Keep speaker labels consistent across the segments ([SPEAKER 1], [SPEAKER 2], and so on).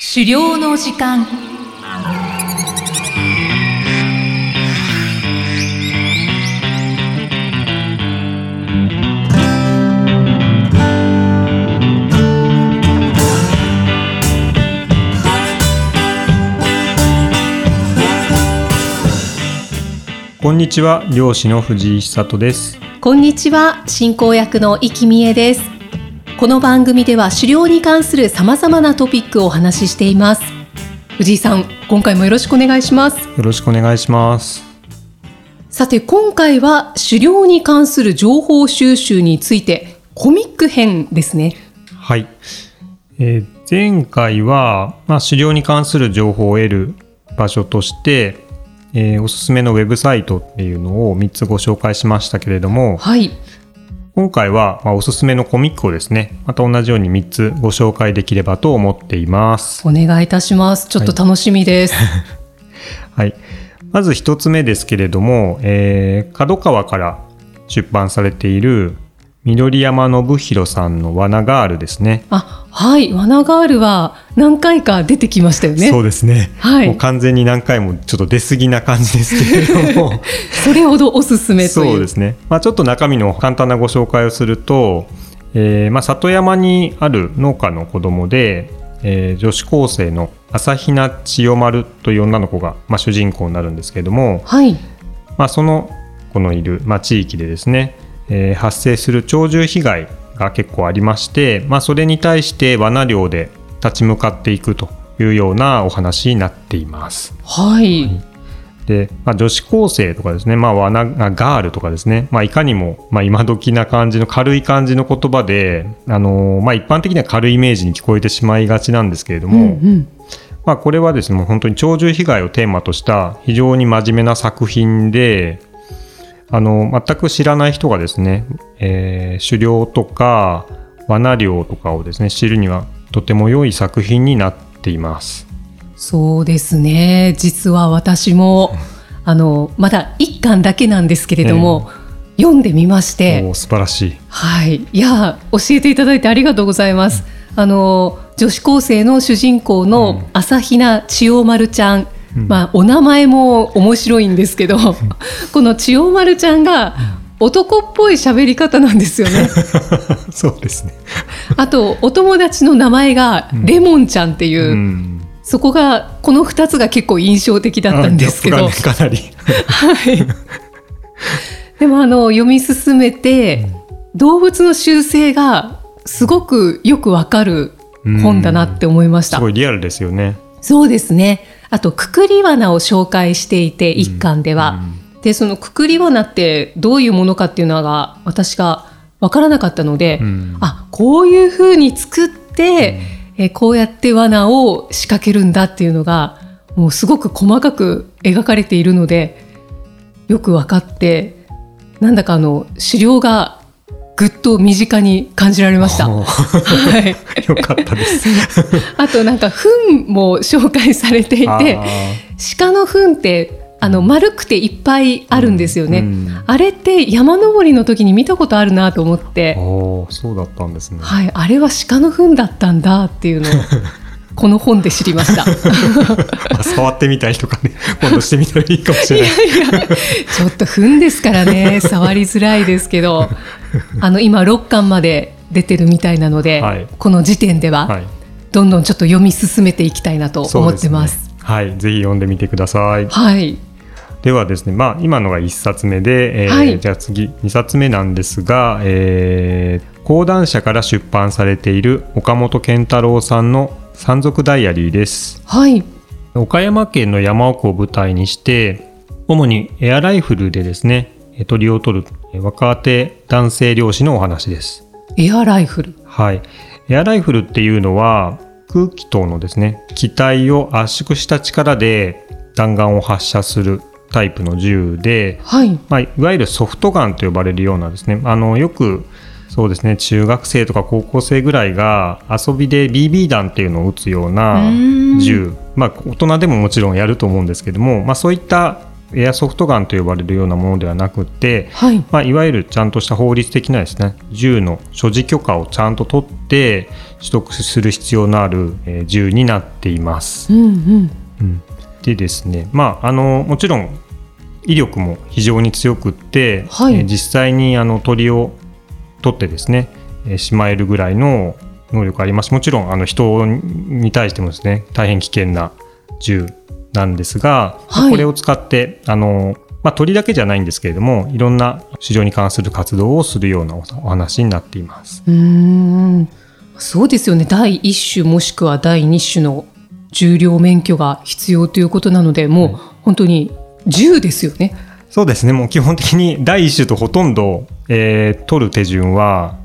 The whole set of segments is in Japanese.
[SPEAKER 1] 狩猟の時間
[SPEAKER 2] こんにちは漁師の藤井久人です
[SPEAKER 1] こんにちは進行役の生きみえですこの番組では狩猟に関するさまざまなトピックをお話ししています藤井さん今回もよろしくお願いします
[SPEAKER 2] よろしくお願いします
[SPEAKER 1] さて今回は狩猟に関する情報収集についてコミック編ですね
[SPEAKER 2] はい、えー前回は、まあ、狩猟に関する情報を得る場所として、えーおすすめのウェブサイトっていうのを3つご紹介しましたけれども
[SPEAKER 1] はい
[SPEAKER 2] 今回は、まあ、おすすめのコミックをですねまた同じように3つご紹介できればと思っています
[SPEAKER 1] お願いいたしますちょっと楽しみです、
[SPEAKER 2] はいまず1つ目ですけれども、えー角川から出版されている緑山信弘さんの「罠ガール」ですね
[SPEAKER 1] あ、はい、ワナガールは何回か出てきましたよね
[SPEAKER 2] そうですね、
[SPEAKER 1] はい
[SPEAKER 2] もう完全に何回もちょっと出過ぎな感じですけ れども
[SPEAKER 1] それほどおすすめという
[SPEAKER 2] そうですね、まあ、ちょっと中身の簡単なご紹介をすると、えーまあ、里山にある農家の子供で、えー女子高生の朝比奈千代丸という女の子が、まあ、主人公になるんですけれども、
[SPEAKER 1] はい
[SPEAKER 2] まあ、その子のいる、まあ、地域でですね、えー発生する鳥獣被害が結構ありまして、まあ、それに対して罠漁で立ち向かっていくというようなお話になっています。
[SPEAKER 1] はい、
[SPEAKER 2] で、まあ、女子高生とかですね、まあ、わなあガールとかですね、まあ、いかにも、まあ、今時な感じの軽い感じの言葉で、あのーまあ、一般的には軽いイメージに聞こえてしまいがちなんですけれど
[SPEAKER 1] う
[SPEAKER 2] も、
[SPEAKER 1] んうん、
[SPEAKER 2] まあ、これはですねもう本当に鳥獣被害をテーマとした非常に真面目な作品であの全く知らない人がですね、えー狩猟とか罠猟とかをですね知るにはとても良い作品になっています。
[SPEAKER 1] そうですね実は私もあのまだ一巻だけなんですけれども、読んでみまして
[SPEAKER 2] おー素晴ら しい、
[SPEAKER 1] はいいや教えていただいてありがとうございます、あの女子高生の主人公の朝比奈千代丸ちゃん、
[SPEAKER 2] うん
[SPEAKER 1] まあ、お名前も面白いんですけど この千代丸ちゃんが男っぽい喋り方なんですよ ね
[SPEAKER 2] そうですね。
[SPEAKER 1] あとお友達の名前がレモンちゃんっていう、
[SPEAKER 2] うん
[SPEAKER 1] そこがこの2つが結構印象的だったんですけ
[SPEAKER 2] あギ
[SPEAKER 1] ど
[SPEAKER 2] ャップがねかなり
[SPEAKER 1] はい、でもあの読み進めて、動物の習性がすごくよくわかる本だなって思いまし
[SPEAKER 2] す
[SPEAKER 1] た、
[SPEAKER 2] ごいリアルですよね。
[SPEAKER 1] そうですねあとくくり罠を紹介していて一巻では、でそのくくり罠ってどういうものかっていうのが私がわからなかったので、
[SPEAKER 2] うん
[SPEAKER 1] あこういうふうに作って、えーこうやって罠を仕掛けるんだっていうのがもうすごく細かく描かれているのでよく分かってなんだかあの狩猟がぐっと身近に感じられました。
[SPEAKER 2] おー
[SPEAKER 1] はい、
[SPEAKER 2] よかった です。
[SPEAKER 1] あとなんか糞も紹介されてい
[SPEAKER 2] あ
[SPEAKER 1] て鹿の糞ってあの丸くていっぱいあるんですよね。
[SPEAKER 2] うん
[SPEAKER 1] あれって山登りの時に見たことあるなと思っ
[SPEAKER 2] ー
[SPEAKER 1] て
[SPEAKER 2] おーそうだったんですね。
[SPEAKER 1] はい、あれは鹿の糞だったんだって いうのをこの本で知りました。
[SPEAKER 2] まあ触ってみたいとかね、 今度してみたらいいかもし
[SPEAKER 1] い
[SPEAKER 2] れ
[SPEAKER 1] や
[SPEAKER 2] ないい。
[SPEAKER 1] や、ちょっと糞ですから ね、触りづらいですけど、あの今6巻まで出てるみたいなので、
[SPEAKER 2] はい
[SPEAKER 1] この時点で
[SPEAKER 2] は
[SPEAKER 1] は、
[SPEAKER 2] い、
[SPEAKER 1] どんどんちょっと読み進めていきたいなと思ってます。
[SPEAKER 2] そうでねはい、ぜひ読んでみてください。
[SPEAKER 1] はい、
[SPEAKER 2] ではですね、まあ今のが1冊目で、えー
[SPEAKER 1] はい
[SPEAKER 2] じゃあ次2冊目なんですが、えー講談社から出版されている岡本健太郎さんの山賊ダイアリーです。
[SPEAKER 1] はい、
[SPEAKER 2] 岡山県の山奥を舞台にして主にエアライフルでですねえ鳥を取るえ若手男性漁師のお話です
[SPEAKER 1] エアライフル。
[SPEAKER 2] はいエアライフルっていうのは空気等のですね機体を圧縮した力で弾丸を発射するタイプの銃で、
[SPEAKER 1] はい、
[SPEAKER 2] まあ、いわゆるソフトガンと呼ばれるようなですねあのよくそうですね中学生とか高校生ぐらいが遊びで BB 弾っていうのを撃つような
[SPEAKER 1] うーん
[SPEAKER 2] 銃まあ、大人でももちろんやると思うんですけども、まあ、そういったエアソフトガンと呼ばれるようなものではなくて、
[SPEAKER 1] はい
[SPEAKER 2] まあ、いわゆるちゃんとした法律的なですね銃の所持許可をちゃんと取って取得する必要のあるえー銃になっています。
[SPEAKER 1] うんうん
[SPEAKER 2] うんでですね、まあ、あのもちろん威力も非常に強くって、
[SPEAKER 1] はい
[SPEAKER 2] えー実際にあの鳥を取ってですね、えーしまえるぐらいの能力ありますもちろんあの人に対してもですね大変危険な銃なんですが、
[SPEAKER 1] はい
[SPEAKER 2] これを使ってあの、まあ、鳥だけじゃないんですけれどもいろんな市場に関する活動をするようなおお話になっています。
[SPEAKER 1] うーんそうですよね第1種もしくは第2種の重量免許が必要ということなのでもう本当に銃ですよね。
[SPEAKER 2] そうですね、もう基本的に第一種とほとんど、えー取る手順は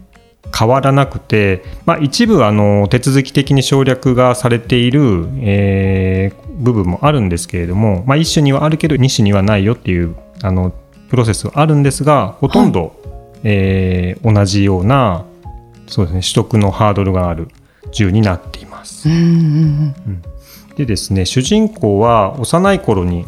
[SPEAKER 2] 変わらなくて、まあ、一部あの手続き的に省略がされている、えー部分もあるんですけれども、まあ、一種にはあるけど二種にはないよっていうあのプロセスはあるんですがほとんど、えー同じようなそうです、ね、取得のハードルがある銃になっています。
[SPEAKER 1] うんうん
[SPEAKER 2] でですね主人公は幼い頃に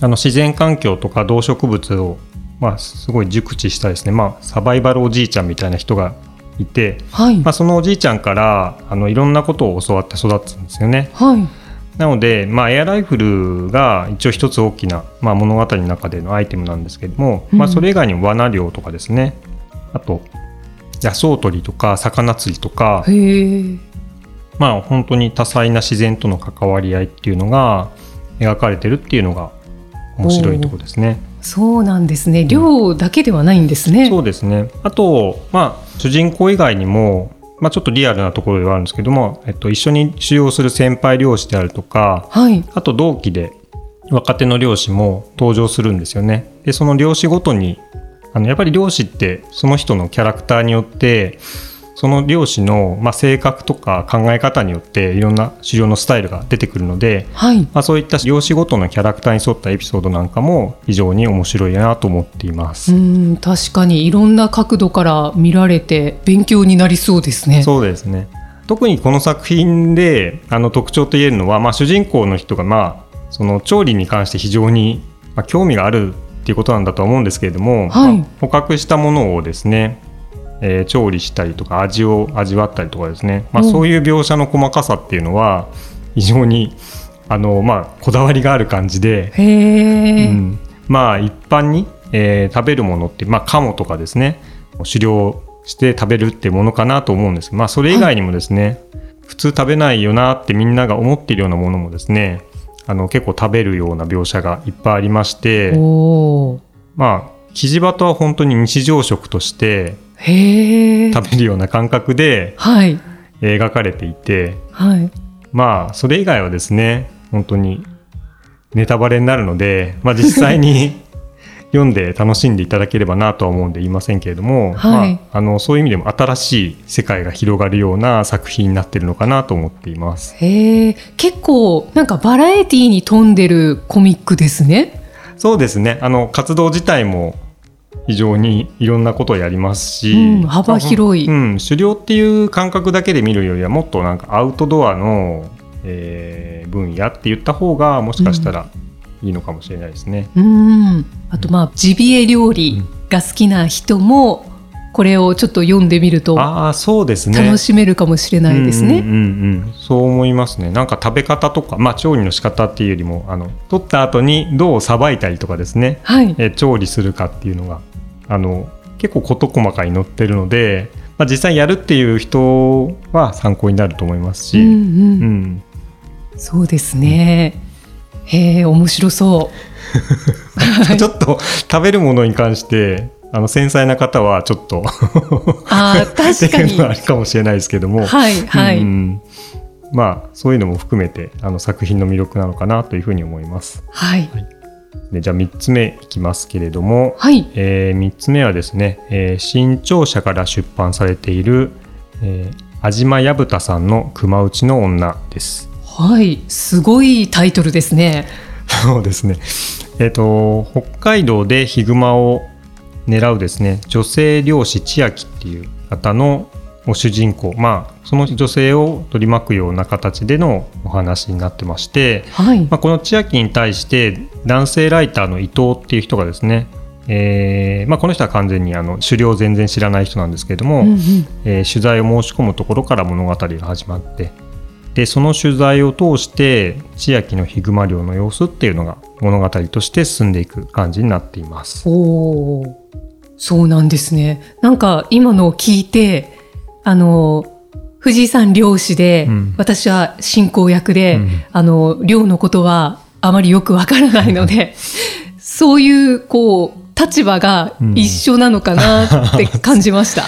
[SPEAKER 2] あの自然環境とか動植物を、まあ、すごい熟知したですね、まあ、サバイバルおじいちゃんみたいな人がいて、
[SPEAKER 1] はい、
[SPEAKER 2] まあ、そのおじいちゃんからあのいろんなことを教わって育つんですよね。
[SPEAKER 1] はい
[SPEAKER 2] なので、まあ、エアライフルが一応一つ大きな、まあ、物語の中でのアイテムなんですけども、
[SPEAKER 1] うん
[SPEAKER 2] まあ、それ以外にも罠漁とかですねあと野草取りとか魚釣りとか、
[SPEAKER 1] へえ
[SPEAKER 2] まあ、本当に多彩な自然との関わり合いっていうのが描かれてるっていうのが面白いところですね。
[SPEAKER 1] そうなんですね量だけではないんですね。
[SPEAKER 2] そうですねあと、まあ、主人公以外にも、まあ、ちょっとリアルなところではあるんですけども、えっと、一緒に使用する先輩漁師であるとか
[SPEAKER 1] はい
[SPEAKER 2] あと同期で若手の漁師も登場するんですよね。でその漁師ごとにあのやっぱり漁師ってその人のキャラクターによってその漁師の、まあ、性格とか考え方によっていろんな狩猟のスタイルが出てくるので、
[SPEAKER 1] はい
[SPEAKER 2] まあ、そういった漁師ごとのキャラクターに沿ったエピソードなんかも非常に面白いなと思っていま
[SPEAKER 1] う
[SPEAKER 2] す。
[SPEAKER 1] ん確かにいろんな角度から見られて勉強になりそうですね。
[SPEAKER 2] そうですね特にこの作品であの特徴と言えるのは、まあ、主人公の人が、まあ、その調理に関して非常に、まあ、興味があるっていうことなんだとは思うんですけれども、
[SPEAKER 1] はい
[SPEAKER 2] まあ捕獲したものをですね、えー調理したりとか味を味わったりとかですね、まあ、
[SPEAKER 1] うん
[SPEAKER 2] そういう描写の細かさっていうのは非常にあの、まあ、こだわりがある感じで、
[SPEAKER 1] へえ、
[SPEAKER 2] うん、まあ一般に、えー食べるものって、まあ、カモとかですね狩猟して食べるってものかなと思うんですけど、まあ、それ以外にもですね、普通食べないよなってみんなが思っているようなものもですねあの結構食べるような描写がいっぱいありまして
[SPEAKER 1] おお
[SPEAKER 2] まあキジバトは本当に日常食として
[SPEAKER 1] へえ
[SPEAKER 2] 食べるような感覚で
[SPEAKER 1] はい
[SPEAKER 2] 描かれていて
[SPEAKER 1] はい
[SPEAKER 2] まあそれ以外はですね本当にネタバレになるので、まあ、実際 に読んで楽しんでいただければなとは思うんで言いませんけれども、
[SPEAKER 1] はい
[SPEAKER 2] まあ、あのそういう意味でも新しい世界が広がるような作品になってるのかなと思っています。
[SPEAKER 1] へえ結構なんかバラエティに富んでるコミックですね。
[SPEAKER 2] そうですねあの活動自体も非常にいろんなことをやりますし、
[SPEAKER 1] うん幅広い
[SPEAKER 2] うん、狩猟っていう感覚だけで見るよりはもっとなんかアウトドアの、えー分野って言った方がもしかしたらいいのかもしれないですね。
[SPEAKER 1] うんあとまあジビエ料理が好きな人もこれをちょっと読んでみると
[SPEAKER 2] ああそうですね。
[SPEAKER 1] 楽しめるかもしれないです
[SPEAKER 2] うん
[SPEAKER 1] ね。
[SPEAKER 2] うんうんそう思いますね。なんか食べ方とか、まあ、調理の仕方っていうよりもあの取った後にどうさばいたりとかですね、
[SPEAKER 1] はい
[SPEAKER 2] えー調理するかっていうのがあの結構事細かに載ってるので、まあ、実際やるっていう人は参考になると思います
[SPEAKER 1] うんう
[SPEAKER 2] し、
[SPEAKER 1] ん
[SPEAKER 2] うん
[SPEAKER 1] そうですね。へえ面白そう。はい
[SPEAKER 2] ちょっと食べるものに関してあの繊細な方はちょっと
[SPEAKER 1] あー 確か
[SPEAKER 2] っていうのはあ
[SPEAKER 1] に。
[SPEAKER 2] るかもしれないですけども。
[SPEAKER 1] はいはい。
[SPEAKER 2] うんまあそういうのも含めてあの作品の魅力なのかなというふうに思います。
[SPEAKER 1] はい。
[SPEAKER 2] でじゃあ3つ目いきますけれども、
[SPEAKER 1] はい。
[SPEAKER 2] え3つ目はですね、えー新潮社から出版されている、えー、安島矢蓋さんの「熊内の女」です。
[SPEAKER 1] はい。すごいタイトルですね。
[SPEAKER 2] そうですね。えっ、と北海道でヒグマを狙うですね女性漁師千秋っていう方のを主人公、まあ、その女性を取り巻くような形でのお話になってまして、
[SPEAKER 1] はい
[SPEAKER 2] まあ、この千秋に対して男性ライターの伊藤っていう人がですね、えーまあ、この人は完全にあの狩猟を全然知らない人なんですけれども、
[SPEAKER 1] うんうん
[SPEAKER 2] えー取材を申し込むところから物語が始まってでその取材を通して千秋のヒグマ漁の様子っていうのが物語として進んでいく感じになっています。
[SPEAKER 1] おーそうなんですねなんか今のを聞いてあの藤井さん漁師で、
[SPEAKER 2] うん
[SPEAKER 1] 私は進行役で、
[SPEAKER 2] うん
[SPEAKER 1] あの漁のことはあまりよくわからないのでそういうこう立場が一緒なのかなっ て感じました。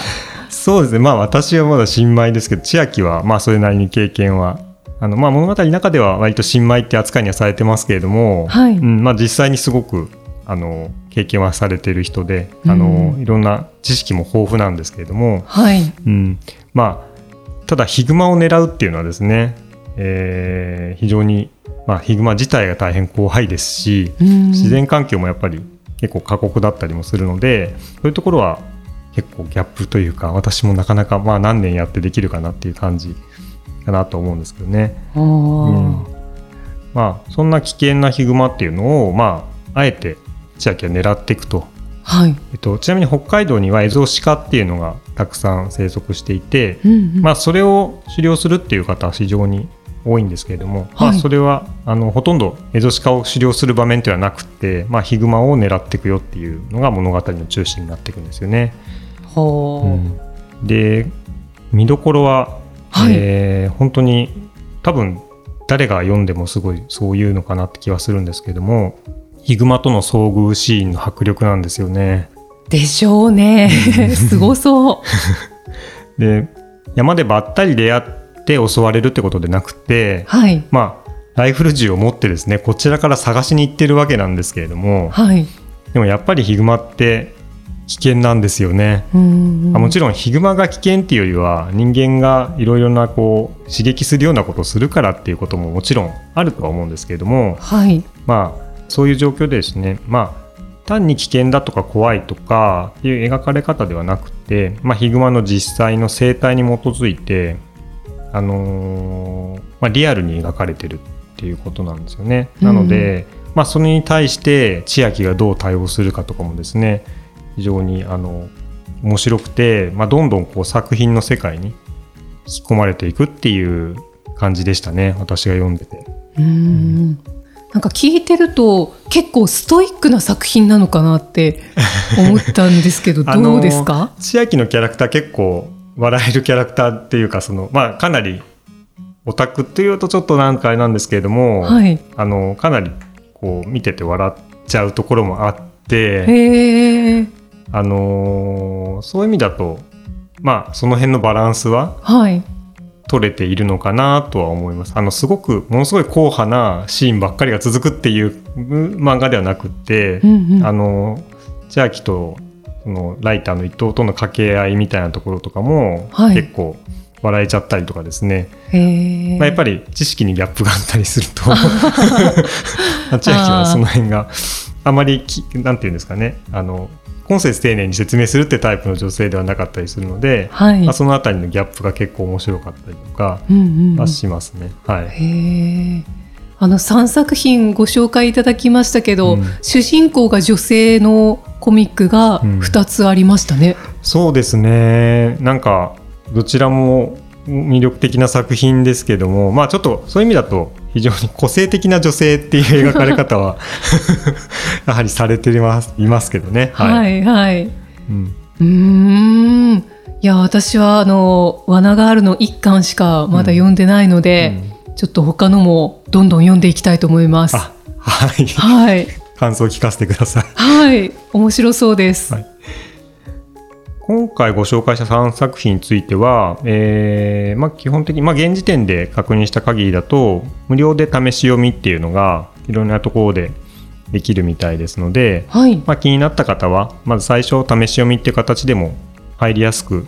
[SPEAKER 2] そうですねまあ私はまだ新米ですけど千秋はまあそれなりに経験はあのまあ物語の中では割と新米って扱いにはされてますけれども、
[SPEAKER 1] はい
[SPEAKER 2] うんまあ、実際にすごくあの経験はされている人であの、
[SPEAKER 1] う
[SPEAKER 2] いろんな知識も豊富なんですけれども、
[SPEAKER 1] はい、
[SPEAKER 2] うん、まあただヒグマを狙うっていうのはですね、えー非常に、まあ、ヒグマ自体が大変怖いですし
[SPEAKER 1] うん
[SPEAKER 2] 自然環境もやっぱり結構過酷だったりもするのでそういうところは結構ギャップというか私もなかなかまあ何年やってできるかなっていう感じかなと思うんですけどね。
[SPEAKER 1] あー
[SPEAKER 2] まあ、そんな危険なヒグマっていうのを、まあ、あえて千秋は狙っていくと
[SPEAKER 1] はい、
[SPEAKER 2] えっと、ちなみに北海道にはエゾシカっていうのがたくさん生息していて、
[SPEAKER 1] うんうん
[SPEAKER 2] まあ、それを狩猟するっていう方は非常に多いんですけれども、ま
[SPEAKER 1] は
[SPEAKER 2] あ、
[SPEAKER 1] い
[SPEAKER 2] それはあのほとんどエゾシカを狩猟する場面ではなくて、まあ、ヒグマを狙っていくよっていうのが物語の中心になっていくんですよね。
[SPEAKER 1] ほー
[SPEAKER 2] うんで見どころは、
[SPEAKER 1] はい
[SPEAKER 2] えー本当に多分誰が読んでもすごいそういうのかなって気はするんですけれどもヒグマとの遭遇シーンの迫力なんですよね。
[SPEAKER 1] でしょうね すごそ
[SPEAKER 2] で山でばったり出会って襲われるってことでなくて
[SPEAKER 1] う、はい
[SPEAKER 2] まあライフル銃を持ってですねこちらから探しに行ってるわけなんですけれども
[SPEAKER 1] はい
[SPEAKER 2] でもやっぱりヒグマって危険なんですよね。
[SPEAKER 1] うん
[SPEAKER 2] あもちろんヒグマが危険っていうよりは人間がいろいろなこう刺激するようなことをするからっていうことももちろんあるとは思うんですけれども
[SPEAKER 1] はい
[SPEAKER 2] まあそういう状況でですねまあ単に危険だとか怖いとかっていう描かれ方ではなくて、まあ、ヒグマの実際の生態に基づいて、あのーまあ、リアルに描かれてるっていうことなんですよね。なので、まあ、それに対して千秋がどう対応するかとかもですね非常にあの面白くて、まあ、どんどんこう作品の世界に引き込まれていくっていう感じでしたね私が読んでて。
[SPEAKER 1] うーんなんか聞いてると結構ストイックな作品なのかなって思ったんですけど
[SPEAKER 2] あの
[SPEAKER 1] どうですか、
[SPEAKER 2] 千秋のキャラクター結構笑えるキャラクターっていうかそのまあかなりオタクっていうとちょっとなんかあれなんですけれども、
[SPEAKER 1] はい
[SPEAKER 2] あのかなりこう見てて笑っちゃうところもあって
[SPEAKER 1] へえ
[SPEAKER 2] あのーそういう意味だとまあその辺のバランスは
[SPEAKER 1] はい
[SPEAKER 2] 取れているのかなとは思います。あのすごくものすごい硬派なシーンばっかりが続くっていう漫画ではなくって、
[SPEAKER 1] うんうん
[SPEAKER 2] あの千秋とそのライターの伊藤との掛け合いみたいなところとかも、
[SPEAKER 1] はい
[SPEAKER 2] 結構笑えちゃったりとかですね、
[SPEAKER 1] へえ
[SPEAKER 2] まあ、やっぱり知識にギャップがあったりする と 千秋はその辺があまりきなんていうんですかねあの今節丁寧に説明するってタイプの女性ではなかったりするので、
[SPEAKER 1] はい
[SPEAKER 2] まあ、そのあたりのギャップが結構面白かったりとか
[SPEAKER 1] うんうんうん
[SPEAKER 2] はしますね。はい
[SPEAKER 1] へえあの3作品ご紹介いただきましたけど、
[SPEAKER 2] うん
[SPEAKER 1] 主人公が女性のコミックが
[SPEAKER 2] うん
[SPEAKER 1] 2つありましたね。
[SPEAKER 2] そうですねなんかどちらも魅力的な作品ですけどもまあちょっとそういう意味だと非常に個性的な女性っていう描かれ方は やはりされていますいますけどね。
[SPEAKER 1] はいい、はい、
[SPEAKER 2] うん
[SPEAKER 1] うーんいや私はあの「罠がある」の1巻しかまだ読んでないので、ちょっと他のもどんどん読んでいきたいと思います。
[SPEAKER 2] あはい
[SPEAKER 1] はい、
[SPEAKER 2] 感想を聞かせてください。
[SPEAKER 1] はい、面白そうです。
[SPEAKER 2] はい今回ご紹介した3作品については、えーまあ、基本的に、まあ、現時点で確認した限りだと無料で試し読みっていうのがいろんなところでできるみたいですので、
[SPEAKER 1] はい、
[SPEAKER 2] まあ、気になった方はまず最初試し読みっていう形でも入りやすく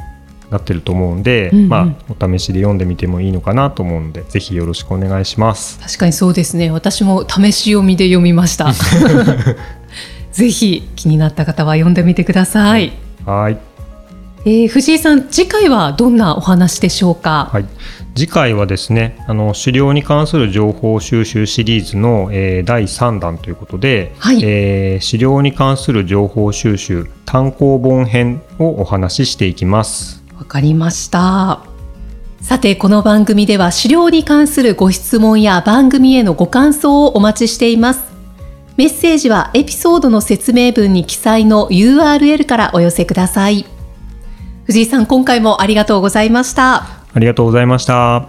[SPEAKER 2] なってると思うんで、
[SPEAKER 1] うんうん
[SPEAKER 2] まあ、お試しで読んでみてもいいのかなと思うのでぜひよろしくお願いします。
[SPEAKER 1] 確かにそうですね私も試し読みで読みました ぜひ気になった方は読んでみてください
[SPEAKER 2] はい
[SPEAKER 1] えー藤井さん次回はどんなお話でしょうか、
[SPEAKER 2] はい、次回はですねあの狩猟に関する情報収集シリーズの、えー第3弾ということで、
[SPEAKER 1] はい
[SPEAKER 2] えー狩猟に関する情報収集単行本編をお話ししていきます。
[SPEAKER 1] わかりました。さて、この番組では資料に関するご質問や番組へのご感想をお待ちしています。メッセージはエピソードの説明文に記載の URL からお寄せください。藤井さん、今回もありがとうございました。
[SPEAKER 2] ありがとうございました。